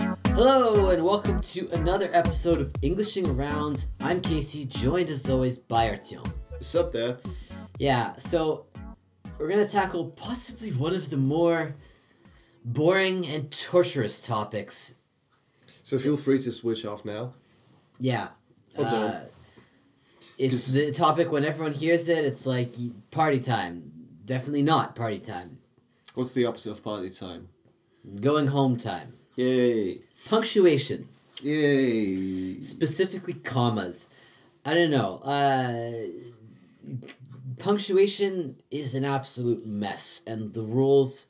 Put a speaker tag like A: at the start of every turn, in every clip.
A: Hello, and welcome to another episode of Englishing Around. I'm Casey, joined as always by Artyom.
B: What's up there?
A: Yeah, so we're gonna tackle possibly one of the more boring and torturous topics.
B: So feel free to switch off now.
A: Yeah. uh,
B: Or don't.
A: it's
B: 'Cause-
A: the topic when everyone hears it, it's like party time. Definitely not party time.
B: What's the opposite of party time?
A: Going home time.
B: Yay!
A: Punctuation.
B: Yay!
A: specifically commas. I don't know. Uh, punctuation is an absolute mess, and the rules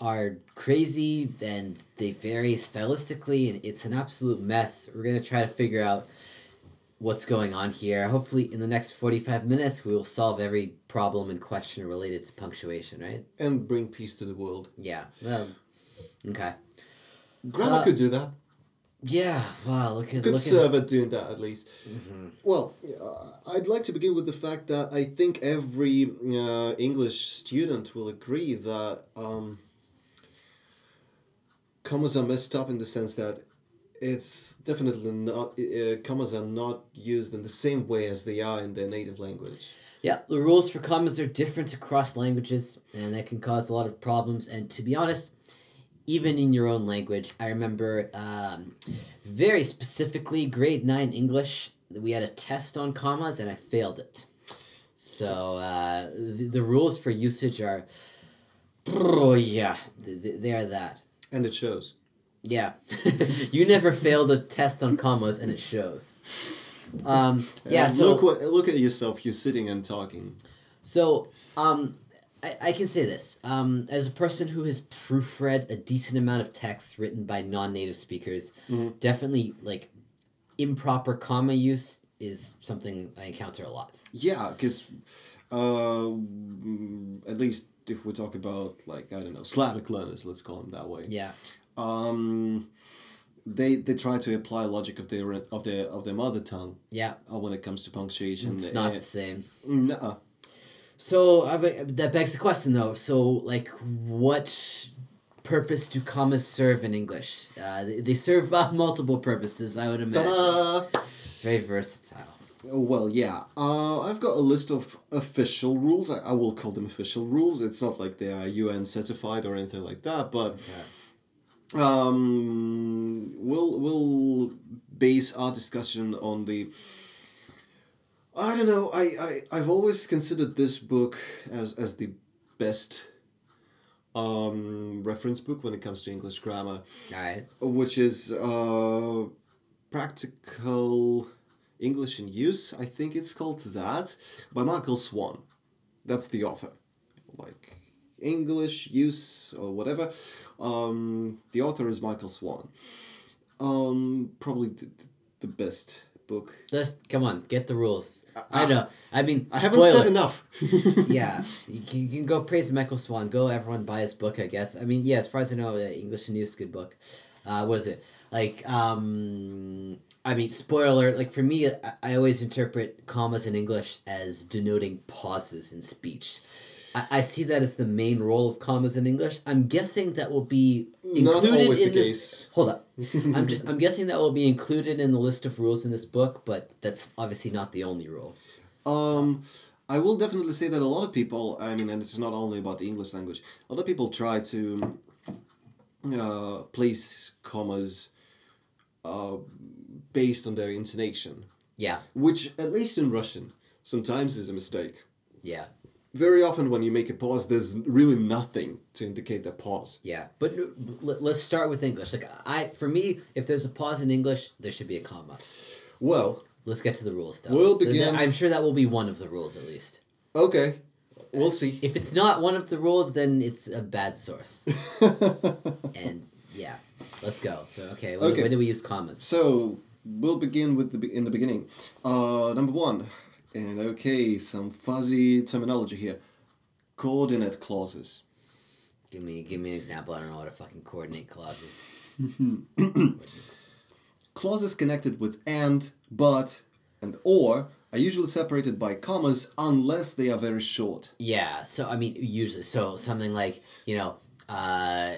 A: are crazy and they vary stylistically, and it's an absolute mess. We're gonna try to figure out what's going on here. Hopefully, in the next forty five minutes, we will solve every problem and question related to punctuation. Right?
B: And bring peace to the world.
A: Yeah. Um, okay.
B: Grandma
A: Uh,
B: could do that.
A: Yeah. Wow. Look at
B: Good
A: look at. Mm-hmm.
B: server doing that at least. Well, uh, I'd like to begin with the fact that I think every uh, English student will agree that um, commas are messed up in the sense that it's definitely not uh, commas are not used in the same way as they are in their native language.
A: Yeah, the rules for commas are different across languages, and that can cause a lot of problems. And to be honest, even in your own language, I remember um, very specifically grade 9 English, we had a test on commas, and I failed it. So uh, the, the rules for usage are. Oh, yeah, th- th- they are that.
B: And it shows.
A: Yeah. you never failed a test on commas, and it shows. Um, yeah,
B: And
A: so.
B: look what look at yourself. You're sitting and talking.
A: So, um, I, I can say this. Um, as a person who has proofread a decent amount of texts written by non native speakers, definitely like improper comma use is something I encounter a lot.
B: Yeah, because uh, mm, at least if we talk about like I don't know Slavic learners, let's call them that way.
A: Yeah.
B: Um, they they try to apply logic of their of their of their mother tongue
A: Yeah.
B: uh, when it comes to punctuation. uh,
A: It's not
B: Eh,
A: the same.
B: nuh-uh.
A: So I, be- that begs the question though. So like, what purpose do commas serve in English? Uh, they, they serve uh, multiple purposes. I would imagine.
B: Ta-da!
A: Very versatile.
B: Oh, Well, yeah. Uh, I've got a list of official rules. I, I will call them official rules. It's not like they are UN certified or anything like that, but um, we'll we'll base our discussion on the. I don't know. I, I I've always considered this book as as the best um, reference book when it comes to English grammar
A: All right.
B: which is uh, practical English in use. I think it's called that by Michael Swan. That's the author, like English use or whatever. Um, the author is Michael Swan. Um, probably the, the best book.
A: Let's come on, get the rules. I know. I mean,
B: I haven't
A: spoil
B: said
A: it.
B: enough.
A: yeah, you can, you can go praise Michael Swan. Go, everyone, buy his book. I guess. I mean, yeah. As far as I know, uh, English and News, good book. Uh, what is it like? Um, I mean, spoiler. Like for me, I, I always interpret commas in English as denoting pauses in speech. I, I see that as the main role of commas in English. I'm guessing that will be included
B: always
A: in
B: the
A: this.
B: case.
A: Hold up. I'm just. I'm guessing that will be included in the list of rules in this book, but that's obviously not the only rule.
B: Um, I will definitely say that a lot of people, I mean, and it's not only about the English language, a lot of people try to uh, place commas uh, based on their intonation,
A: Yeah.
B: which, at least in Russian, sometimes is a mistake.
A: Yeah.
B: Very often, when you make a pause, there's really nothing to indicate that pause.
A: Yeah, but n- let- let's start with English. Like I, for me, if there's a pause in English, there should be a comma.
B: Well,
A: Let's get to the rules, though.
B: We'll
A: Th- th-
B: begin-
A: I'm sure that will be one of the rules, at least.
B: okay, we'll see.
A: If it's not one of the rules, then it's a bad source. and yeah, let's go. So okay, when,
B: Okay.
A: when do we use commas?
B: So we'll begin with the be- in the beginning. Uh, number one, and okay, some fuzzy terminology here. Coordinate clauses.
A: Give me, give me an example. I don't know what a fucking coordinate clause is.
B: Clauses connected with and, but, and or are usually separated by commas unless they are very short.
A: Yeah, so I mean, usually, so something like you know, uh,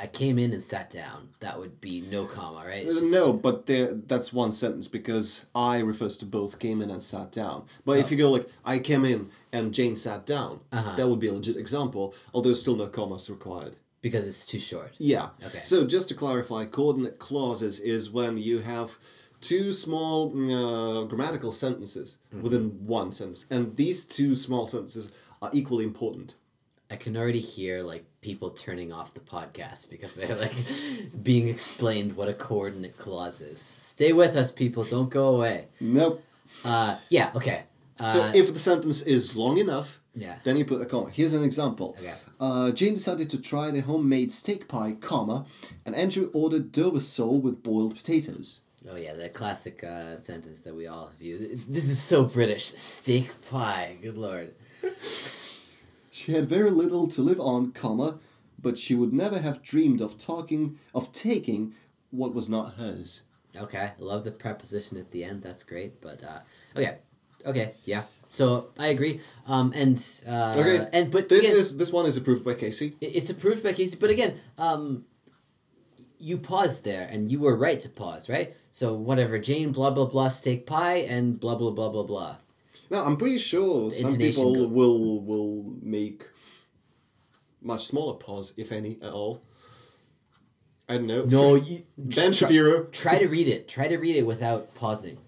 A: I came in and sat down. That would be no comma, right? It's
B: Uh,
A: just-
B: No, but there, that's one sentence because I refers to both came in and sat down. But if you go like I came in and Jane sat down, that would be a legit example, although still no commas required.
A: Because it's too short.
B: Yeah.
A: Okay.
B: So just to clarify, coordinate clauses is when you have two small mm, uh, grammatical sentences
A: Mm-hmm.
B: within one sentence, and these two small sentences are equally important.
A: I can already hear like people turning off the podcast because they're like being explained what a coordinate clause is. Stay with us, people. Don't go away.
B: Nope.
A: Uh, yeah. Okay. Uh,
B: So if the sentence is long enough,
A: Yeah.
B: then you put a comma. Here's an example.
A: Okay.
B: Uh, Jane decided to try the homemade steak pie, comma, and Andrew ordered sole with boiled potatoes.
A: oh yeah, the classic uh, sentence that we all have used. This is so British. Steak pie. Good lord.
B: She had very little to live on, comma, but she would never have dreamed of talking of taking what was not hers.
A: Okay, I love the preposition at the end. That's great. But uh, okay, okay, yeah. So I agree. Um, and uh,
B: Okay,
A: and but
B: This
A: again,
B: is this one is approved by Casey.
A: it- it's approved by Casey. But again, um, you paused there, and you were right to pause, right? So whatever, Jane, blah blah blah, steak pie, and blah blah blah blah blah.
B: Now I'm pretty sure some
A: intonation
B: people
A: go-
B: will will make much smaller pause, if any at all. I don't know.
A: No, you
B: Ben Shapiro.
A: try to read it. Try to read it without pausing.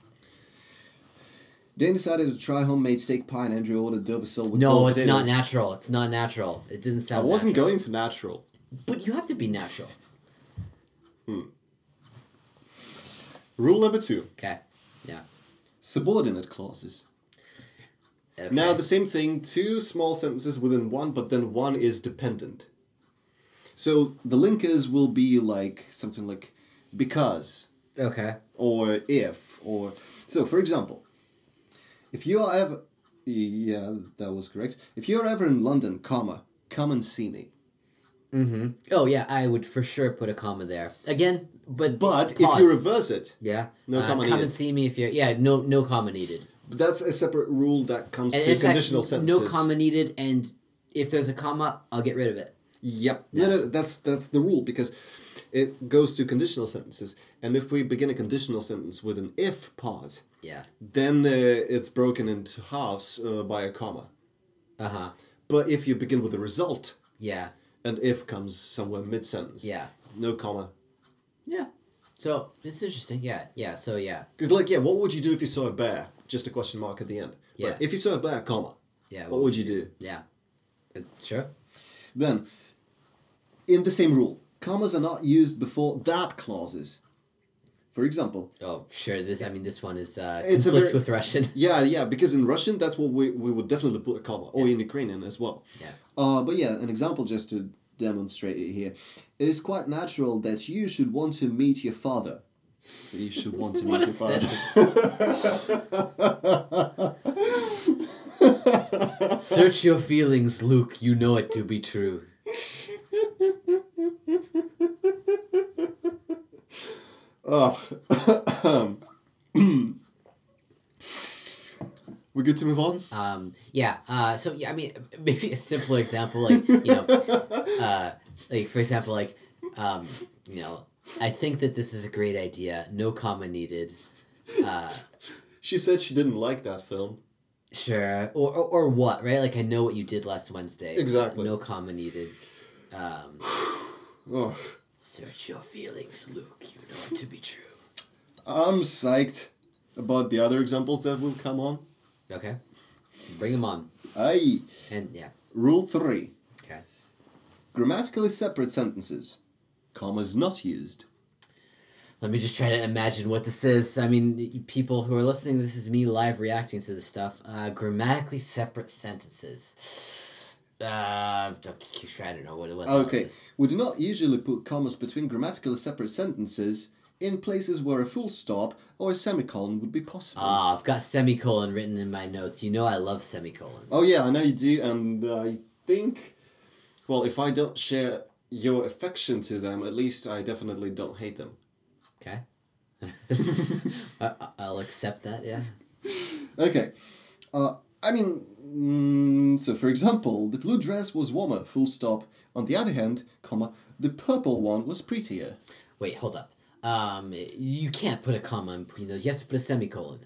B: Jane decided to try homemade steak pie and Andrew ordered Doversole with
A: No,
B: boiled
A: Oh, it's not
B: potatoes.
A: natural. It's not natural. It didn't
B: I
A: sound.
B: wasn't
A: natural.
B: going for natural.
A: But you have to be natural.
B: Rule number two:
A: Okay. Yeah.
B: subordinate clauses.
A: Okay.
B: Now the same thing, two small sentences within one, but then one is dependent. So the linkers will be like something like because
A: Okay.
B: or if or so. For example, if you are ever, yeah, that was correct. If you are ever in London, comma, come and see me.
A: Oh yeah, I would for sure put a comma there again. But
B: But if
A: pause.
B: you reverse it,
A: yeah,
B: No
A: uh,
B: comma
A: come
B: needed.
A: and see me if you're yeah no no comma needed.
B: that's a separate rule that comes
A: And
B: to
A: in fact,
B: conditional sentences.
A: No comma needed, and if there's a comma, I'll get rid of it.
B: Yep. No, no, that's that's the rule because it goes to conditional sentences, and if we begin a conditional sentence with an if part,
A: Yeah.
B: then uh, it's broken into halves uh, by a comma.
A: Uh huh.
B: But if you begin with a result,
A: Yeah.
B: and if comes somewhere mid sentence,
A: Yeah.
B: no comma.
A: Yeah. So it's interesting. Yeah. Yeah. So yeah.
B: Because like, yeah, what would you do if you saw a bear? Just a question mark at the end.
A: Yeah.
B: But if you saw a bear, comma.
A: Yeah.
B: What would you do?
A: Yeah. Uh, sure.
B: Then, in the same rule, commas are not used before that clauses. For example,
A: Oh sure. This I mean this one is uh,
B: It's a
A: conflicts
B: very-
A: with Russian.
B: Yeah, yeah, because in Russian, that's what we, we would definitely put a comma, or in Ukrainian as well.
A: Yeah.
B: Uh, but yeah, an example just to demonstrate it here. It is quite natural that you should want to meet your father. You should want to meet
A: What
B: your
A: a
B: father.
A: sentence. Search your feelings, Luke. You know it to be true.
B: Oh. We're good to move on?
A: Um, yeah. Uh, so yeah, I mean, maybe a simpler example, like you know, uh, like for example, like um, you know, I think that this is a great idea. No comma needed. Uh,
B: She said she didn't like that film.
A: sure. Or, or or what? Right. Like I know what you did last Wednesday.
B: Exactly.
A: No comma needed. Um,
B: Oh,
A: search your feelings, Luke. You know it to be true.
B: I'm psyched about the other examples that will come on.
A: Okay. Bring them on.
B: Aye.
A: And yeah.
B: Rule 3
A: Okay.
B: Grammatically separate sentences. Commas not used.
A: Let me just try to imagine what this is. I mean, y- people who are listening, this is me live reacting to this stuff. Uh, grammatically separate sentences. Uh, I don't know what, what the hell this
B: Okay,
A: is.
B: we do not usually put commas between grammatically separate sentences in places where a full stop or a semicolon would be possible.
A: Ah, I've got semicolon written in my notes. You know I love semicolons.
B: oh yeah, I know you do, and I think, well, if I don't share your affection to them, at least I definitely don't hate them.
A: Okay. I, I- I'll accept that, yeah.
B: Okay, uh, I mean, mm, so for example, the blue dress was warmer. Full stop. On the other hand, comma, The purple one was prettier.
A: Wait, hold up. Um, you can't put a comma in between those. You have to put a semicolon.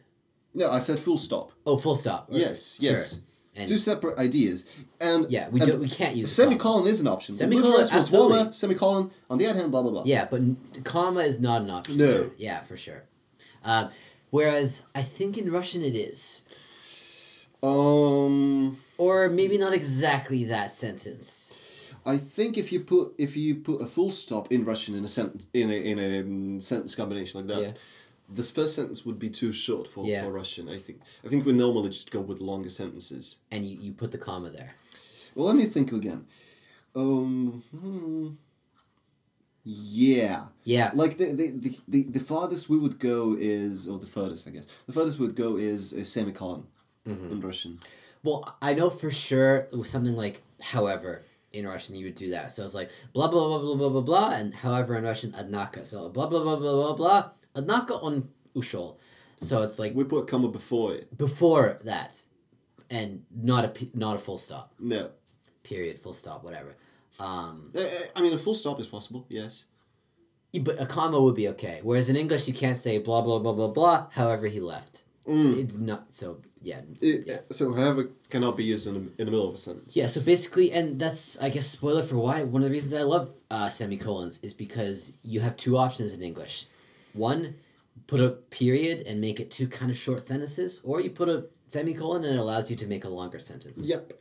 B: No, I said full stop.
A: Oh, full stop. Okay,
B: Yes, yes.
A: sure. And-
B: Two separate ideas. And
A: Yeah, we
B: and
A: don't. We can't use a comma.
B: Semicolon is an option.
A: Semicolon,
B: Semicolon was
A: absolutely.
B: warmer. Semicolon. On the other hand, blah blah blah.
A: Yeah, but n- comma is not an option.
B: No.
A: there. Yeah, for sure. Um, whereas I think in Russian it is,
B: Um,
A: or maybe not exactly that sentence.
B: I think if you put if you put a full stop in Russian in a sentence in a in a um, sentence combination like that,
A: Yeah.
B: this first sentence would be too short for,
A: Yeah.
B: for Russian. I think I think we normally just go with longer sentences.
A: And you, you put the comma there.
B: Well, let me think again. Um, hmm. yeah.
A: Yeah.
B: Like the the, the, the the farthest we would go is or the furthest I guess the furthest we would go is a semicolon
A: Mm-hmm.
B: in Russian.
A: Well, I know for sure it was something like however in Russian you would do that. So it's like blah blah blah blah blah blah blah, and however in Russian однако. So blah blah blah blah blah blah. Однако он ушел. So it's like
B: We put a comma before it.
A: before that, and not a pe- not a full stop.
B: No,
A: Period. Full stop. Whatever. Um,
B: Uh, uh, I mean a full stop is possible. Yes.
A: Yeah, But a comma would be okay. Whereas in English, you can't say blah blah blah blah blah. However, he left. It's not so. Yeah.
B: It,
A: yeah.
B: Uh, So however cannot be used in, the- in the middle of a sentence.
A: Yeah. So basically, and that's I guess spoiler for why one of the reasons I love uh, semicolons is because you have two options in English. One, put a period and make it two kind of short sentences, or you put a semicolon and it allows you to make a longer sentence.
B: Yep.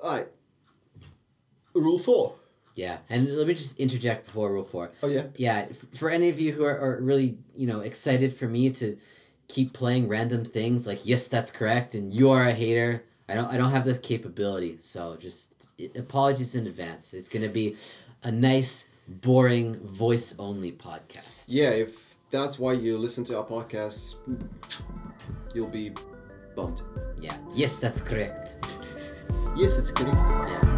B: All right. Rule four.
A: Yeah, and let me just interject before Rule Four.
B: Oh, yeah?
A: Yeah, f- for any of you who are, are really you know excited for me to keep playing random things like yes, that's correct, and you are a hater. I don't. I don't have this capability, so just i- apologies in advance. It's gonna be a nice, boring, voice only podcast.
B: Yeah, if that's why you listen to our podcasts, you'll be bummed.
A: Yeah. Yes, that's correct.
B: Yes, it's correct.
A: Yeah.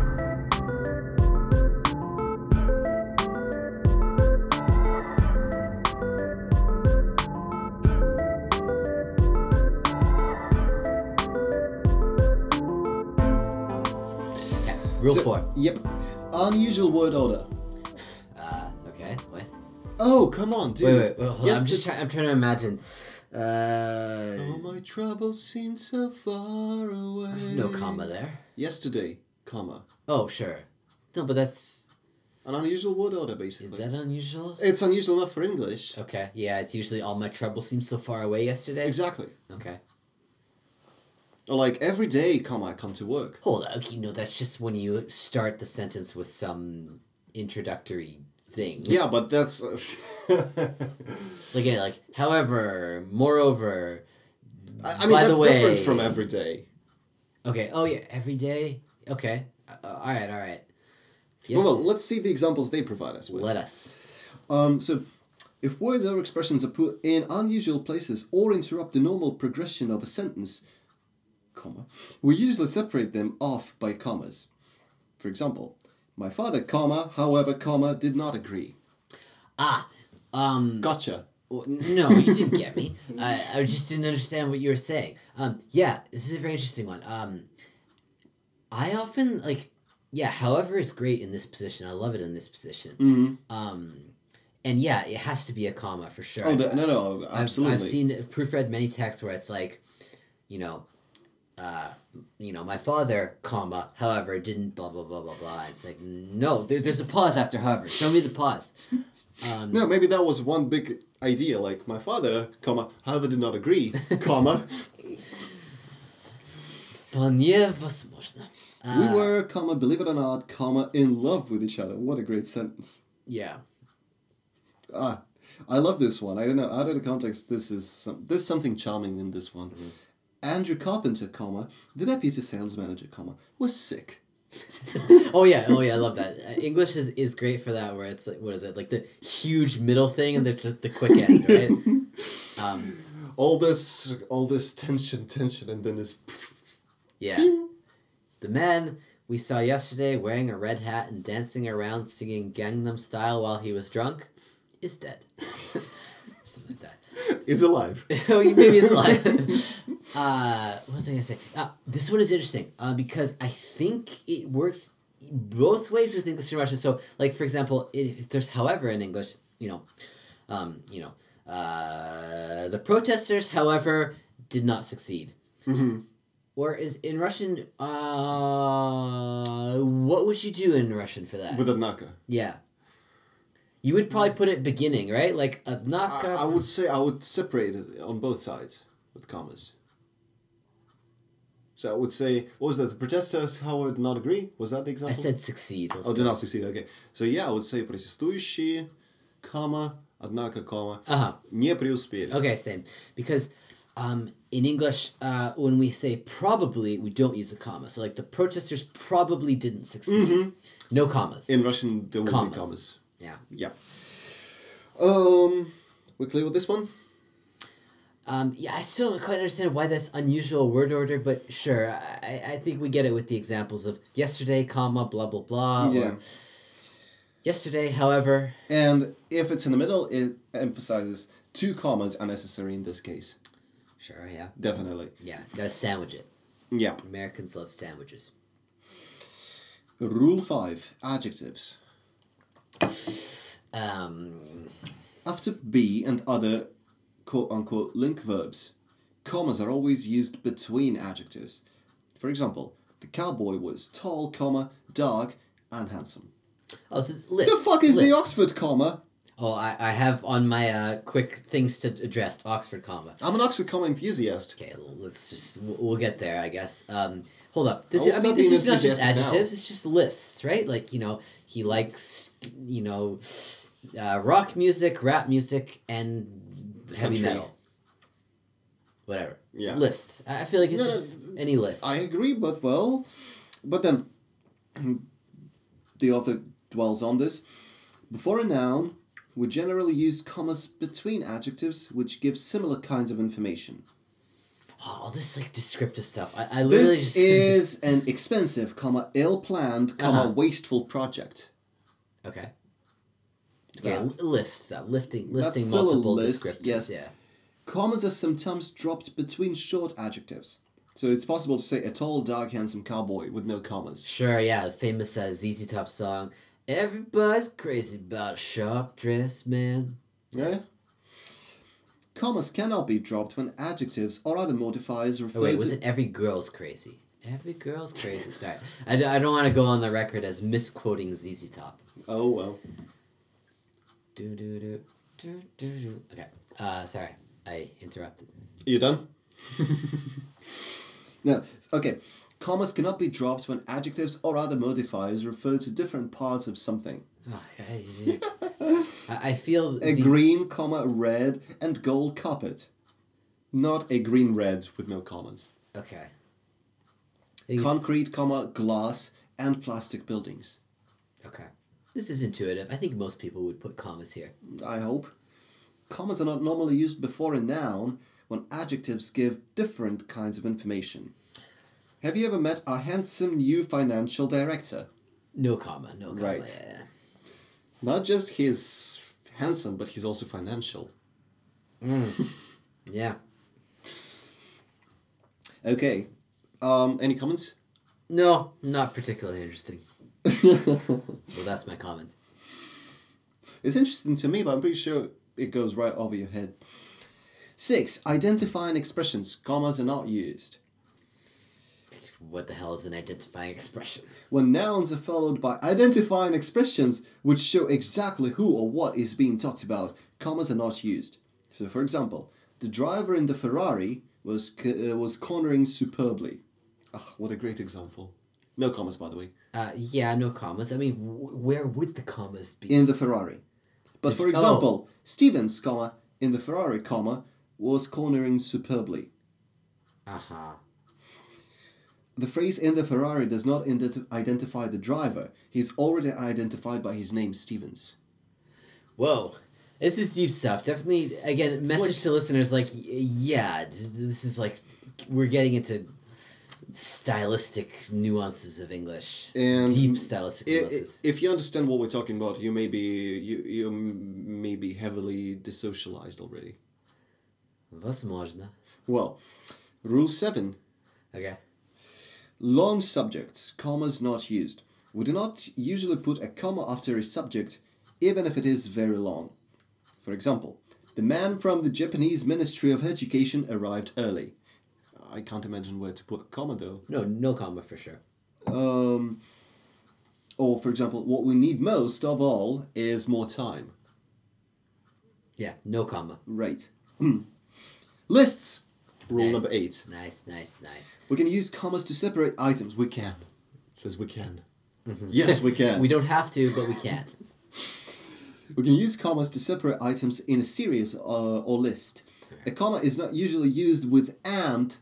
A: Yeah, Rule
B: So-
A: four.
B: Yep. Unusual word order.
A: Uh, okay. What?
B: Oh, come on, dude.
A: Wait, wait, wait, hold on.
B: Yes,
A: I'm just
B: the-
A: trying. I'm trying to imagine. Uh,
B: All my troubles seem so far away.
A: there's no comma there.
B: Yesterday, comma.
A: Oh, sure. No, but that's
B: An unusual word order,
A: is
B: basically.
A: that unusual?
B: It's unusual enough for English.
A: Okay. Yeah, it's usually all my trouble seems so far away yesterday.
B: Exactly.
A: Okay.
B: Or like every day, comma, I come to work.
A: Hold on, okay, no, that's just when you start the sentence with some introductory thing.
B: Yeah, but that's.
A: Like, yeah, like, however, moreover,
B: I, I mean,
A: By the
B: that's different
A: way-
B: from every day.
A: okay, oh yeah, every day, okay, uh, uh, all right, all right. Yes,
B: Well, well, let's see the examples they provide us with.
A: let us.
B: Um, so, if words or expressions are put in unusual places or interrupt the normal progression of a sentence, comma, we usually separate them off by commas. For example, my father, comma, however, comma, did not agree.
A: Ah, um,
B: Gotcha.
A: w- no, you didn't get me. I, I just didn't understand what you were saying. Um, yeah, this is a very interesting one. Um, I often, like, yeah, however is great in this position. I love it in this position. Um, and yeah, it has to be a comma for sure.
B: Mm-hmm. Oh no, no, no,
A: I've-
B: absolutely.
A: I've, seen proofread many texts where it's like, you know, uh, you know, my father, comma, however, didn't blah blah blah blah blah. It's like no, there, there's a pause after however. Show me the pause. Um,
B: No, maybe that was one big idea. Like my father, comma, however, did not agree, comma,
A: вполне возможно. Uh,
B: we were, comma, believe it or not, comma, in love with each other. What a great sentence.
A: Yeah.
B: Ah, I love this one. I don't know. Out of the context, this is some, there's something charming in this one.
A: Mm-hmm.
B: Andrew Carpenter, comma the deputy sales manager, comma was sick.
A: Oh yeah. Oh yeah. I love that. Uh, English is, is great for that. Where it's like, what is it? Like the huge middle thing and the just the quick end, right? um,
B: All this, all this tension, tension, and then this.
A: yeah. The man we saw yesterday wearing a red hat and dancing around singing Gangnam Style while he was drunk is dead. Something like
B: is alive.
A: that. oh, maybe he's alive. uh, what was I going to say? Uh, this one is interesting uh, because I think it works both ways with English and Russian. So, like for example, if if there's however in English, you know, um, you know, uh, the protesters, however, did not succeed.
B: Mhm.
A: Or is in Russian? Uh, what would you do in Russian for that?
B: With Adnaka.
A: yeah. You would probably put it beginning, right? Like
B: I,
A: Adnaka.
B: I would say I would separate it on both sides with commas. So I would say, what was that? The protesters, how I did not agree? Was that the
A: I
B: example?
A: said succeed. Let's
B: Oh,
A: go.
B: did not succeed. Okay. So yeah, I would say протестующие, comma, однако, comma,
A: Uh-huh.
B: не преуспели.
A: Okay, same. Because um, in English, uh, when we say probably, we don't use a comma. So, like, the protesters probably didn't succeed. No commas.
B: Mm-hmm. In Russian, there would
A: Commas.
B: be commas.
A: yeah.
B: Yeah. Um, we clear with this one?
A: Um, yeah, I still don't quite understand why that's unusual word order, but sure, I, I think we get it with the examples of yesterday, comma, blah, blah, blah.
B: yeah.
A: Or yesterday, however.
B: And if it's in the middle, it emphasizes two commas unnecessary in this case.
A: Sure, yeah.
B: Definitely.
A: Yeah, gotta sandwich it.
B: Yeah.
A: Americans love sandwiches.
B: Rule 5 Adjectives.
A: Um,
B: After be and other quote unquote link verbs, commas are always used between adjectives. For example, the cowboy was tall, comma, dark, and handsome.
A: oh, it's a
B: The
A: list.
B: fuck is the
A: list.
B: Oxford comma?
A: Oh, I, I have on my uh, quick things to address Oxford comma.
B: I'm an Oxford comma enthusiast.
A: Okay, well, let's just we'll, we'll get there, I guess. Um, hold up. This
B: I'll
A: is, I mean,
B: stop
A: this
B: being
A: is not just
B: enthusiastic now.
A: adjectives. It's just lists, right? Like you know, he likes you know, uh, rock music, rap music, and heavy
B: Country.
A: metal. Whatever.
B: Yeah.
A: Lists. I I feel like it's
B: No, no,
A: just any list.
B: I agree, but well, but then the author dwells on this. Before a noun, we generally use commas between adjectives, which give similar kinds of information.
A: oh, all this like descriptive stuff. I, I literally
B: This
A: just
B: is an expensive, comma, ill-planned, comma,
A: Uh-huh.
B: wasteful project.
A: okay. Okay,
B: That.
A: lists. Uh, lifting, listing
B: still a
A: multiple
B: list,
A: descriptives.
B: yes.
A: Yeah.
B: Commas are sometimes dropped between short adjectives. So it's possible to say a tall, dark, handsome cowboy with no commas.
A: Sure, yeah, the famous uh, ZZ Top song. Everybody's crazy about a sharp dress, man.
B: Yeah? Commas cannot be dropped when adjectives or other modifiers refer
A: Oh, wait,
B: to...
A: was it every girl's crazy? Every girl's crazy. Sorry. I, d- I don't want to go on the record as misquoting ZZ Top.
B: Oh, well.
A: Do, do, do. Do, do, do. Okay. Uh, sorry. I interrupted.
B: You done? no, okay. Commas cannot be dropped when adjectives or other modifiers refer to different parts of something.
A: Ugh, I, I I feel.
B: A
A: the-
B: green, comma, red, and gold carpet. Not a green red with no commas.
A: okay. I think it's-
B: Concrete, comma, glass, and plastic buildings.
A: okay. This is intuitive. I think most people would put commas here.
B: I hope. Commas are not normally used before a noun when adjectives give different kinds of information. Have you ever met our handsome new financial director?
A: No comma. No comma.
B: Right.
A: Yeah.
B: Not just he's handsome, but he's also financial.
A: yeah.
B: Okay. Um, any comments?
A: No, not particularly interesting. Well, that's my comment.
B: It's interesting to me, but I'm pretty sure it goes right over your head. Six, identifying expressions. Commas are not used.
A: What the hell is an identifying expression?
B: When nouns are followed by identifying expressions which show exactly who or what is being talked about, commas are not used. So, for example, the driver in the Ferrari was, c- uh, was cornering superbly. Ah, what a great example. No commas, by the way.
A: Uh, yeah, no commas. I mean, w- where would the commas be?
B: in the Ferrari. But for example, Stevens, comma, in the Ferrari, comma, was cornering superbly.
A: Uh huh.
B: The phrase in the Ferrari does not ident- identify the driver. He's already identified by his name, Stevens.
A: Whoa. This is deep stuff. Definitely, again, message to listeners like, y- yeah, d- this is like, we're getting into stylistic nuances of English.
B: And
A: deep stylistic
B: I- i-
A: nuances.
B: If you understand what we're talking about, you may be you you m- may be heavily desocialized already.
A: Возможно.
B: Well, rule seven:
A: Okay.
B: long subjects, commas not used. We do not usually put a comma after a subject, even if it is very long. For example, the man from the Japanese Ministry of Education arrived early. I can't imagine where to put a comma though.
A: No, no comma for sure.
B: Um, or, for example, what we need most of all is more time.
A: Yeah, no comma.
B: Right. Hmm. Lists! Rule
A: Nice.
B: number eight.
A: Nice, nice, nice.
B: We can use commas to separate items. We can. It says we can. Yes, we can.
A: We don't have to, but we can't.
B: We can use commas to separate items in a series uh, or list. A comma is not usually used with and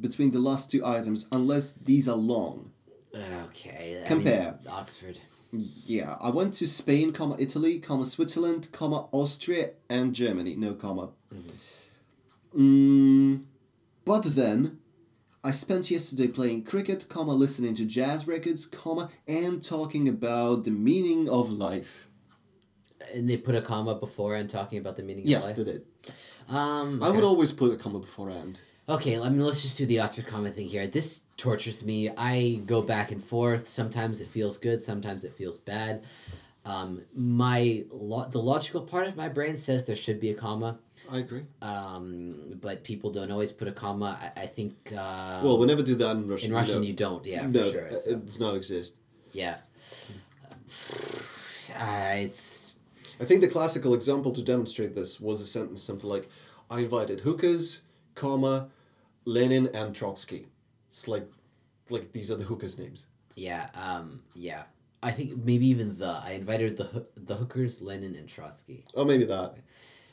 B: between the last two items unless these are long.
A: Okay. I mean,
B: Compare.
A: Oxford.
B: Yeah, I went to Spain, comma Italy, comma Switzerland, comma Austria and Germany. No comma. Mm, but then, I spent yesterday playing cricket, comma listening to jazz records, comma and talking about the meaning of life.
A: And they put a comma before and talking about the meaning
B: Yes,
A: of
B: they
A: life.
B: did.
A: Um,
B: I
A: okay.
B: would always put a comma before and.
A: Okay, I mean, let's just do the Oxford comma thing here. This tortures me. I go back and forth. Sometimes it feels good. Sometimes it feels bad. Um, my lo- the logical part of my brain says there should be a comma,
B: I agree.
A: um, but people don't always put a comma. I, I think uh,
B: Well, we never do that in Russian.
A: in Russian
B: no.
A: you don't. Yeah, for
B: no, Uh,
A: sure.
B: it-
A: so,
B: it does not exist.
A: yeah. Uh, it's
B: I think the classical example to demonstrate this was a sentence something like, "I invited hookers, comma, Lenin and Trotsky." It's like, like these are the hookers' names.
A: yeah um yeah. I think maybe even the I invited the hoo- the hookers Lenin and Trotsky.
B: Oh, maybe that.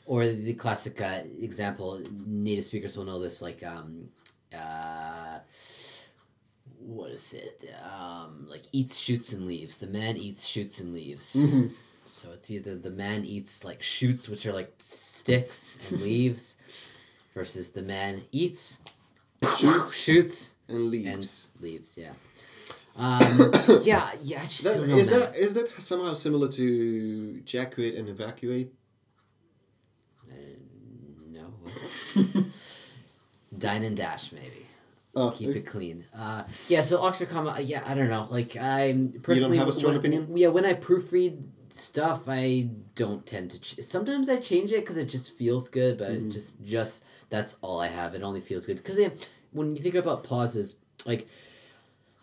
A: or the classic uh, example native speakers will know this like um uh what is it um like eats shoots and leaves the man eats shoots and leaves so it's either the man eats like shoots which are like sticks and leaves versus the man eats
B: Shoots.
A: shoots
B: And
A: and
B: leaves.
A: leaves yeah um yeah yeah I just
B: That-
A: don't know
B: is
A: man.
B: that is that somehow similar to ejaculate and evacuate?
A: Uh, no. Dine and dash maybe.
B: Oh,
A: Keep it clean. Uh, yeah. So Oxford comma. uh, Yeah, I don't know. Like I'm personally.
B: have a strong
A: when-
B: opinion?
A: Yeah, when I proofread stuff, I don't tend to. Ch- Sometimes I change it because it just feels good, but
B: Mm-hmm.
A: it just just that's all I have. It only feels good because when you think about pauses, like,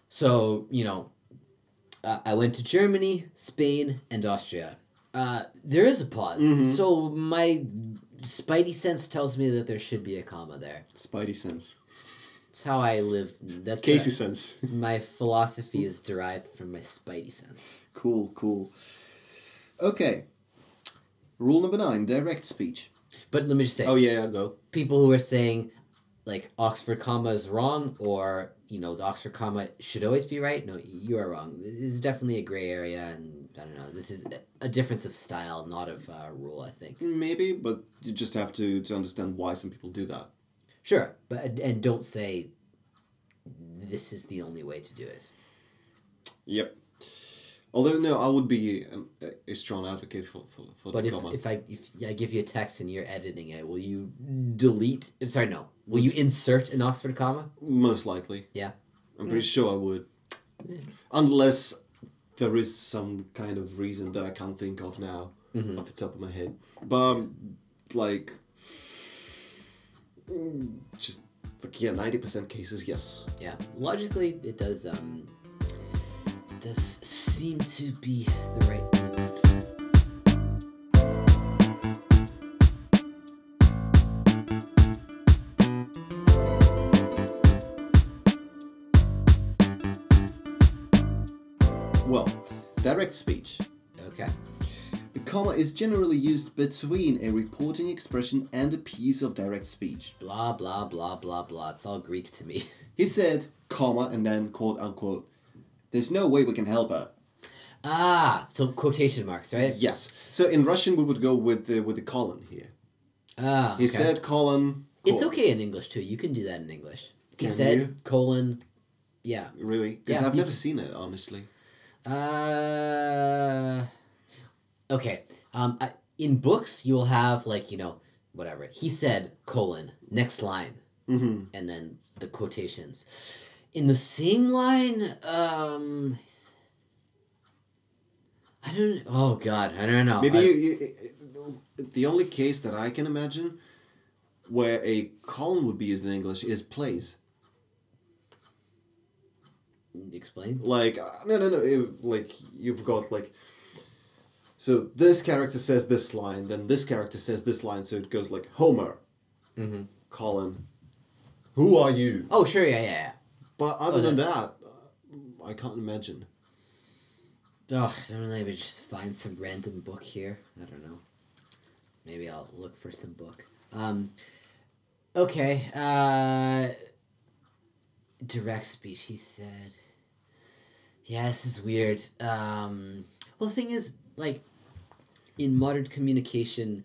A: so you know, uh, I went to Germany, Spain, and Austria. Uh, there is a pause,
B: Mm-hmm.
A: so my spidey sense tells me that there should be a comma there.
B: Spidey sense.
A: It's how I live. That's
B: Casey
A: uh,
B: sense.
A: my philosophy is derived from my spidey sense.
B: cool, cool. Okay. Rule number nine: direct speech.
A: But let me just say,
B: Oh yeah, yeah, go.
A: people who are saying like Oxford comma is wrong or you know the Oxford comma should always be right. No, you are wrong. This is definitely a gray area, and I don't know. This is a difference of style, not of uh, rule. I think.
B: Maybe, but you just have to, to understand why some people do that.
A: Sure, but and don't say this is the only way to do it.
B: Yep. Although no, I would be an, a strong advocate for for, for
A: But
B: the
A: if,
B: comma.
A: if I if I give you a text and you're editing it, will you delete? Sorry, no. Will you insert an Oxford comma?
B: Most likely,
A: Yeah.
B: I'm pretty sure I would, unless there is some kind of reason that I can't think of now
A: Mm-hmm.
B: off the top of my head. But um, like, mm, just like yeah, ninety percent cases, yes.
A: Yeah. Logically, it does um does seem to be the right move.
B: Well, direct speech.
A: Okay.
B: A comma is generally used between a reporting expression and a piece of direct speech.
A: Blah blah blah blah blah. It's all Greek to me.
B: He said, comma, and then quote unquote, there's no way we can help her.
A: ah, so quotation marks, right?
B: Yes. So in Russian, we would go with the with the colon here.
A: Ah.
B: He
A: okay.
B: said colon.
A: It's
B: quote.
A: okay in English too. You can do that in English. He
B: Can
A: said
B: you?
A: colon. Yeah.
B: Really? Because
A: Yeah,
B: I've
A: you
B: never seen it honestly.
A: Uh, okay. Um, I, in books, you will have like you know whatever he said colon next line, mm-hmm. and then the quotations. In the same line, um, I don't. Oh God, I don't know.
B: Maybe
A: I-
B: you, you, the only case that I can imagine where a column would be used in English is plays.
A: explain.
B: Like uh, no no no it- like you've got like so this character says this line, then this character says this line, so it goes like Homer,
A: Mhm.
B: Mm-hmm. Colin, who are you?
A: Oh sure, yeah, yeah,
B: But other
A: Oh,
B: than that, uh, I can't imagine.
A: yeah. Ugh, I don't know. Maybe just find some random book here. I don't know. Maybe I'll look for some book. Um, okay. Uh, direct speech. He said. Yeah, this is weird. Um, well, the thing is, like, in modern communication,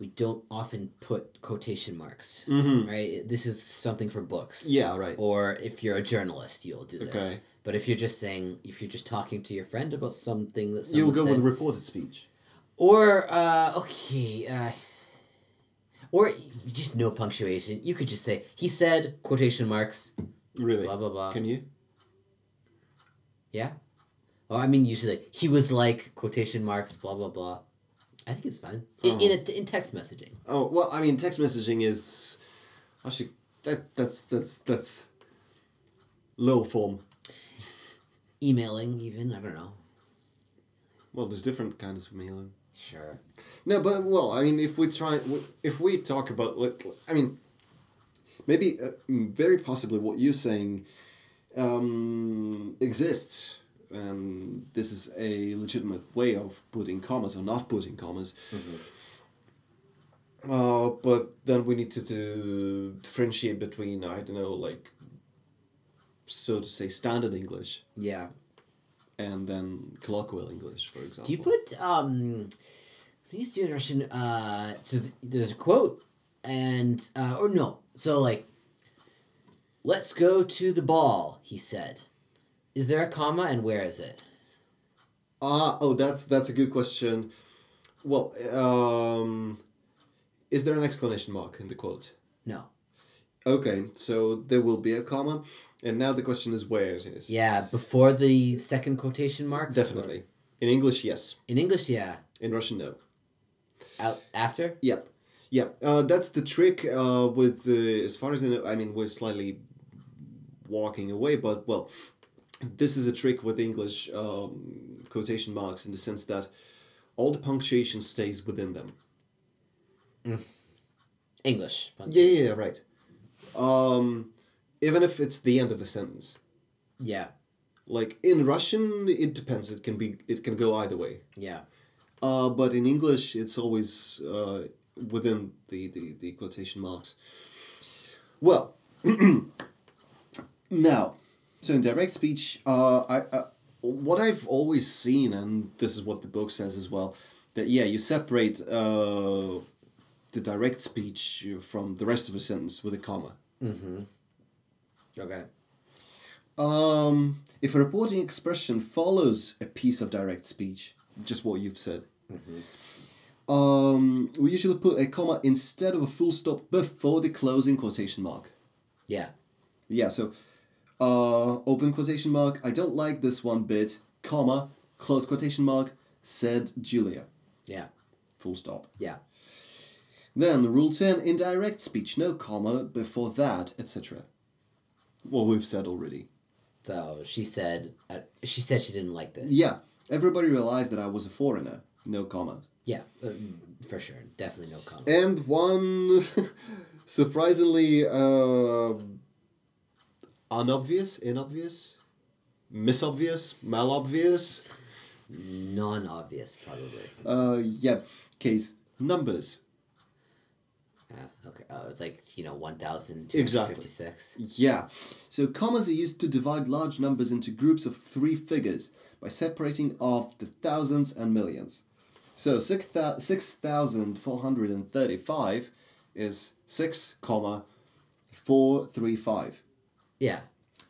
A: we don't often put quotation marks.
B: Mm-hmm.
A: Right. This is something for books.
B: Yeah right.
A: or if you're a journalist, you'll do this.
B: Okay.
A: But if you're just saying, if you're just talking to your friend about something that someone
B: You'll go
A: said,
B: with reported speech.
A: or uh, okay, uh, or just no punctuation. You could just say he said quotation marks
B: Really?
A: blah blah blah.
B: Can you?
A: yeah. Or I mean, usually he was like quotation marks blah blah blah. I think it's fine in in, a, in text messaging.
B: Oh well, I mean, text messaging is actually that that's that's that's low form.
A: Emailing, even I don't know.
B: Well, there's different kinds of mailing.
A: Sure.
B: No, but well, I mean, if we try, w- if we talk about, like, I mean, maybe uh, mm, very possibly what you're saying um, exists, and this is a legitimate way of putting commas or not putting commas.
A: Mm-hmm.
B: Uh, but then we need to, to differentiate between I don't know, like, so to say, standard English
A: Yeah.
B: and then colloquial English, for example.
A: Do you put um please do Russian uh so th- there's a quote and uh or no. So like let's go to the ball, he said. Is there a comma and where is it?
B: Ah, oh, that's that's a good question. Well, um, is there an exclamation mark in the quote?
A: No.
B: Okay, so there will be a comma, and now the question is where it is.
A: Yeah, before the second quotation marks. or-
B: definitely. In English, yes.
A: In English, yeah.
B: In Russian, no.
A: Out after?
B: Yep, yep. Uh, that's the trick. Uh, with uh, as far as I know, I mean, we're slightly walking away, but well, this is a trick with English um, quotation marks in the sense that all the punctuation stays within them.
A: English.
B: Yeah, yeah, yeah, right. Um, even if it's the end of a sentence,
A: Yeah.
B: like in Russian, it depends. It can be, it can go either way.
A: Yeah.
B: Uh, but in English, it's always uh, within the, the, the quotation marks. Well, now, so in direct speech, uh, I, I, what I've always seen, and this is what the book says as well, that yeah, you separate uh, the direct speech from the rest of a sentence with a comma.
A: Okay.
B: Um, if a reporting expression follows a piece of direct speech, just what you've said, um, we usually put a comma instead of a full stop before the closing quotation mark.
A: Yeah.
B: Yeah, so uh, open quotation mark, I don't like this one bit, comma, close quotation mark, said Julia,
A: Yeah.
B: full stop.
A: Yeah.
B: Then rule 10 in direct speech, no comma before that, etc. What we've said already.
A: So she said uh, she said she didn't like this.
B: Yeah, everybody realized that I was a foreigner. No comma.
A: Yeah. uh, for sure. Definitely no comma.
B: And one surprisingly uh, unobvious, inobvious, misobvious, malobvious.
A: non obvious, probably.
B: Uh, yeah, case numbers.
A: Yeah, okay. Oh, it's like, you know, 1,256.
B: Exactly. Yeah, so commas are used to divide large numbers into groups of three figures by separating off the thousands and millions. So six thou- 6,435 is 6, comma 435.
A: Yeah,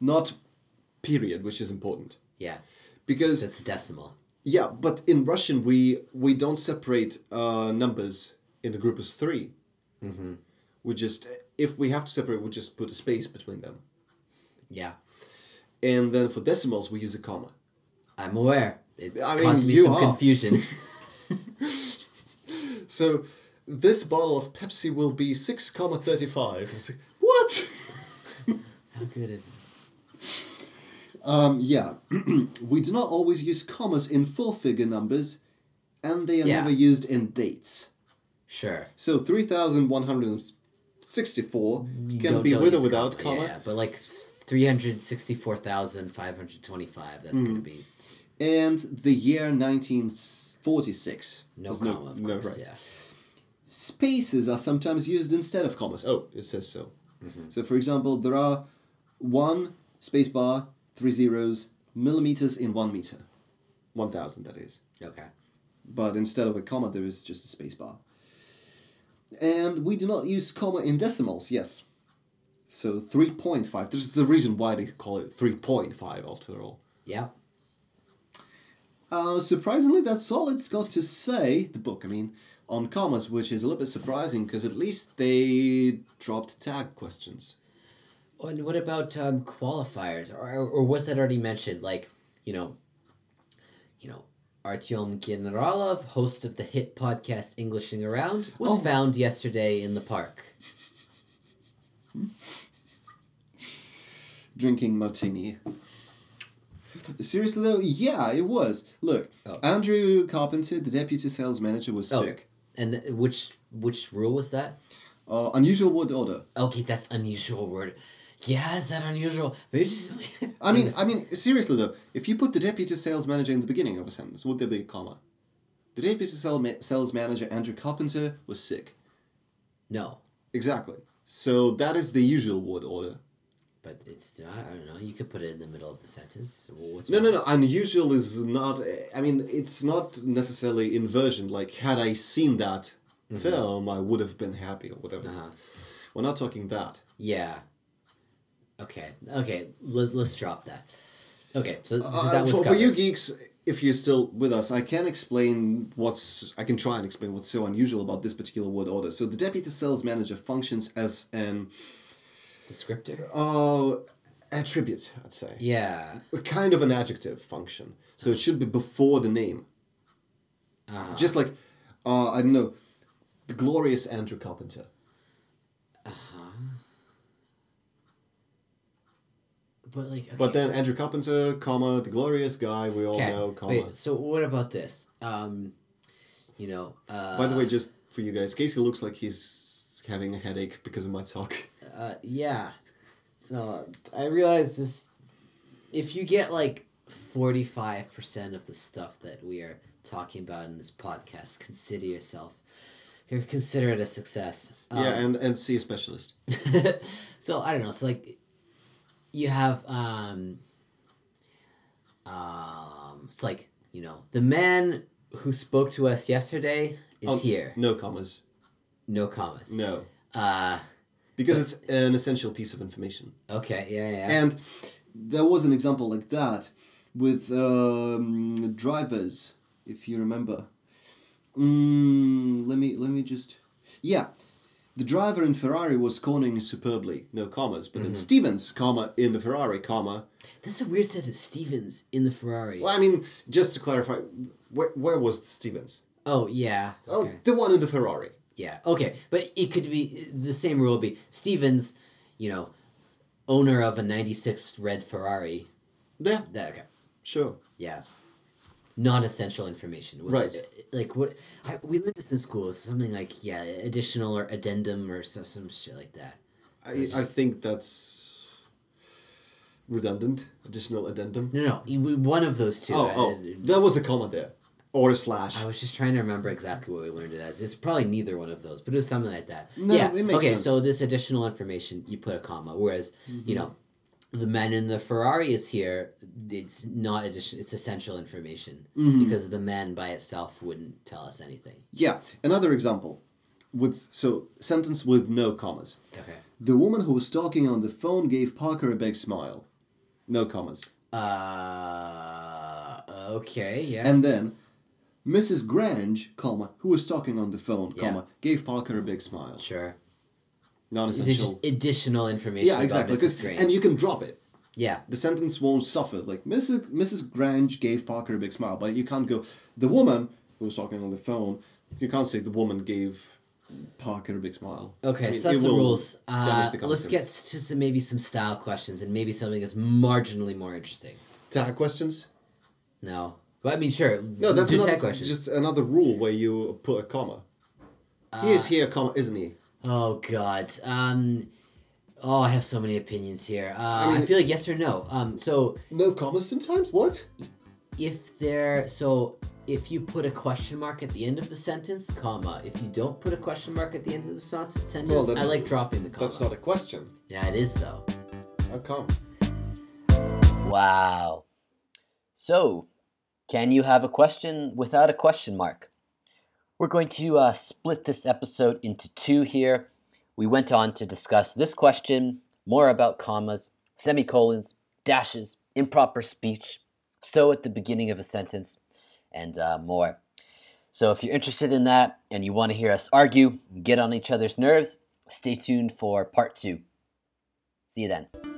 B: Not period, which is important.
A: yeah.
B: Because
A: That's a decimal.
B: yeah, but in Russian we we don't separate uh, numbers in a group of 3 Mm-hmm. We just if we have to separate, we just put a space between them,
A: Yeah,
B: and then for decimals we use a comma.
A: I'm aware. It's
B: I mean,
A: caused me
B: you
A: some
B: are.
A: confusion.
B: So this bottle of Pepsi will be six comma thirty five. It's like, what?
A: How good is it?
B: Um, yeah, we do not always use commas in four figure numbers, and they are
A: Yeah.
B: never used in dates.
A: Sure.
B: So three thousand one hundred sixty four
A: You
B: can
A: don't-
B: be
A: don't
B: with or
A: use
B: without comma.
A: Yeah, but like three hundred sixty four thousand five hundred twenty five. That's
B: Mm.
A: gonna be
B: and the year 1946.
A: no
B: There's
A: comma, of
B: no
A: course.
B: right.
A: yeah.
B: Spaces are sometimes used instead of commas. Oh, it says so. So, for example, there are one space bar, three zeros, millimeters in one meter. 1,000, that is.
A: Okay.
B: But instead of a comma, there is just a space bar. And we do not use comma in decimals, yes. So 3.5. This is the reason why they call it 3.5 after all.
A: Yeah.
B: Uh, surprisingly, that's all it's got to say, the book, I mean, on commas, which is a little bit surprising because at least they dropped tag questions.
A: And what about um, qualifiers, or, or was that already mentioned? Like, you know, you know, Artyom Generalov, host of the hit podcast Englishing Around, was
B: Oh.
A: found yesterday in the park.
B: Drinking martini. Seriously, though, yeah, it was. Look,
A: Oh.
B: Andrew Carpenter, the deputy sales manager, was
A: Oh.
B: sick.
A: And th- which which rule was that?
B: Uh, unusual word order.
A: Okay, that's unusual word. Yeah, is that unusual? Maybe just
B: I mean, I mean, seriously though, if you put the deputy sales manager in the beginning of a sentence, would there be a comma? The deputy sale ma- sales manager Andrew Carpenter was sick.
A: no,
B: Exactly. So that is the usual word order.
A: but it's not. I don't know. You could put it in the middle of the sentence. What's
B: No,
A: wrong?
B: no, no. Unusual is not. I mean, it's not necessarily inversion. Like, had I seen that film, I would have been happy or whatever.
A: Mm-hmm. Uh-huh.
B: We're not talking that.
A: Yeah. Okay. Okay. Let, let's drop that. Okay. So, so
B: Uh,
A: that was
B: for, for you
A: covered.
B: geeks, if you're still with us, I can explain what's. I can try and explain what's so unusual about this particular word order. So the deputy sales manager functions as an
A: descriptor.
B: uh, attribute, I'd say,
A: Yeah.
B: a kind of an adjective function. So it should be before the name,
A: Uh,
B: just like uh, I don't know, the glorious Andrew Carpenter.
A: but like. Okay.
B: But then Andrew Carpenter, comma, the glorious guy we all
A: okay.
B: know, comma.
A: Wait, so what about this? Um, you know. Uh,
B: By the way, just for you guys, Casey looks like he's having a headache because of my talk.
A: Uh, yeah. No, I realize this. If you get like forty five percent of the stuff that we are talking about in this podcast, consider yourself. You're consider it a success. Um,
B: yeah, and, and see a specialist.
A: so I don't know. So like, you have um, um. It's like you know the man who spoke to us yesterday is
B: Oh,
A: here.
B: No commas.
A: No commas.
B: No.
A: Uh,
B: Because it's an essential piece of information.
A: okay. Yeah. Yeah.
B: And there was an example like that with um, drivers, if you remember. Mm, let me let me just yeah. The driver in Ferrari was cornering superbly, no commas, but then Stevens, comma, in the Ferrari, comma,
A: That's a weird set of Stevens in the Ferrari.
B: Well, I mean, just to clarify, where, where was Stevens?
A: Oh yeah.
B: Oh,
A: Okay.
B: the one in the Ferrari.
A: Yeah. Okay, but it could be the same rule. Would be Stevens, you know, owner of a '96 red Ferrari.
B: Yeah,
A: That okay.
B: sure.
A: yeah non-essential information was
B: Right.
A: it- uh, like what I, we learned this in school it's something like yeah additional or addendum or so, some shit like that
B: I, I think that's redundant, additional addendum.
A: no no you- we- one of those two
B: Oh,
A: I,
B: oh, there was a comma there, or a slash.
A: I was just trying to remember exactly what we learned it as it's probably neither one of those but it was something like that
B: No,
A: yeah
B: it makes
A: okay
B: sense. Mm-hmm.
A: so this additional information you put a comma whereas you know the man in the Ferrari is here. It's not addition. It's essential information
B: Mm-hmm.
A: because the man by itself wouldn't tell us anything.
B: Yeah, another example with so sentence with no commas.
A: Okay.
B: The woman who was talking on the phone gave Parker a big smile. No commas.
A: Uh, okay, yeah.
B: And then Mrs. Grange, comma, who was talking on the phone,
A: Yeah.
B: comma, gave Parker a big smile.
A: sure. Is
B: Non-essential.
A: it just additional information?
B: Yeah, exactly.
A: About Mrs.
B: 'cause-
A: Grange?
B: and you can drop it.
A: Yeah.
B: The sentence won't suffer. Like Mrs. Mrs. Grange gave Parker a big smile, but you can't go. The woman who was talking on the phone, you can't say the woman gave Parker a big smile.
A: Okay,
B: It-
A: so that's
B: it
A: the
B: will
A: rules. Uh,
B: damage the
A: let's
B: concept.
A: get to some maybe some style questions and maybe something that's marginally more interesting.
B: tag questions.
A: No, but I mean, sure.
B: No, that's
A: do
B: another,
A: tech questions.
B: just another rule where you put a comma. he
A: Uh,
B: is here, comma, isn't he?
A: Oh God. Um, oh, I have so many opinions here. Uh, I,
B: mean-
A: feel like yes or no. Um, so
B: No commas sometimes. What?
A: if there, so if you put a question mark at the end of the sentence, comma. If you don't put a question mark at the end of the sen- sentence,
B: Well, that's-
A: I like dropping the comma.
B: That's not a question.
A: yeah, it is though.
B: How come?
C: Wow. So, can you have a question without a question mark? We're going to uh, split this episode into two here. We went on to discuss this question, more about commas, semicolons, dashes, improper speech, so at the beginning of a sentence, and uh, more. So, if you're interested in that and you want to hear us argue, get on each other's nerves, stay tuned for part two. See you then.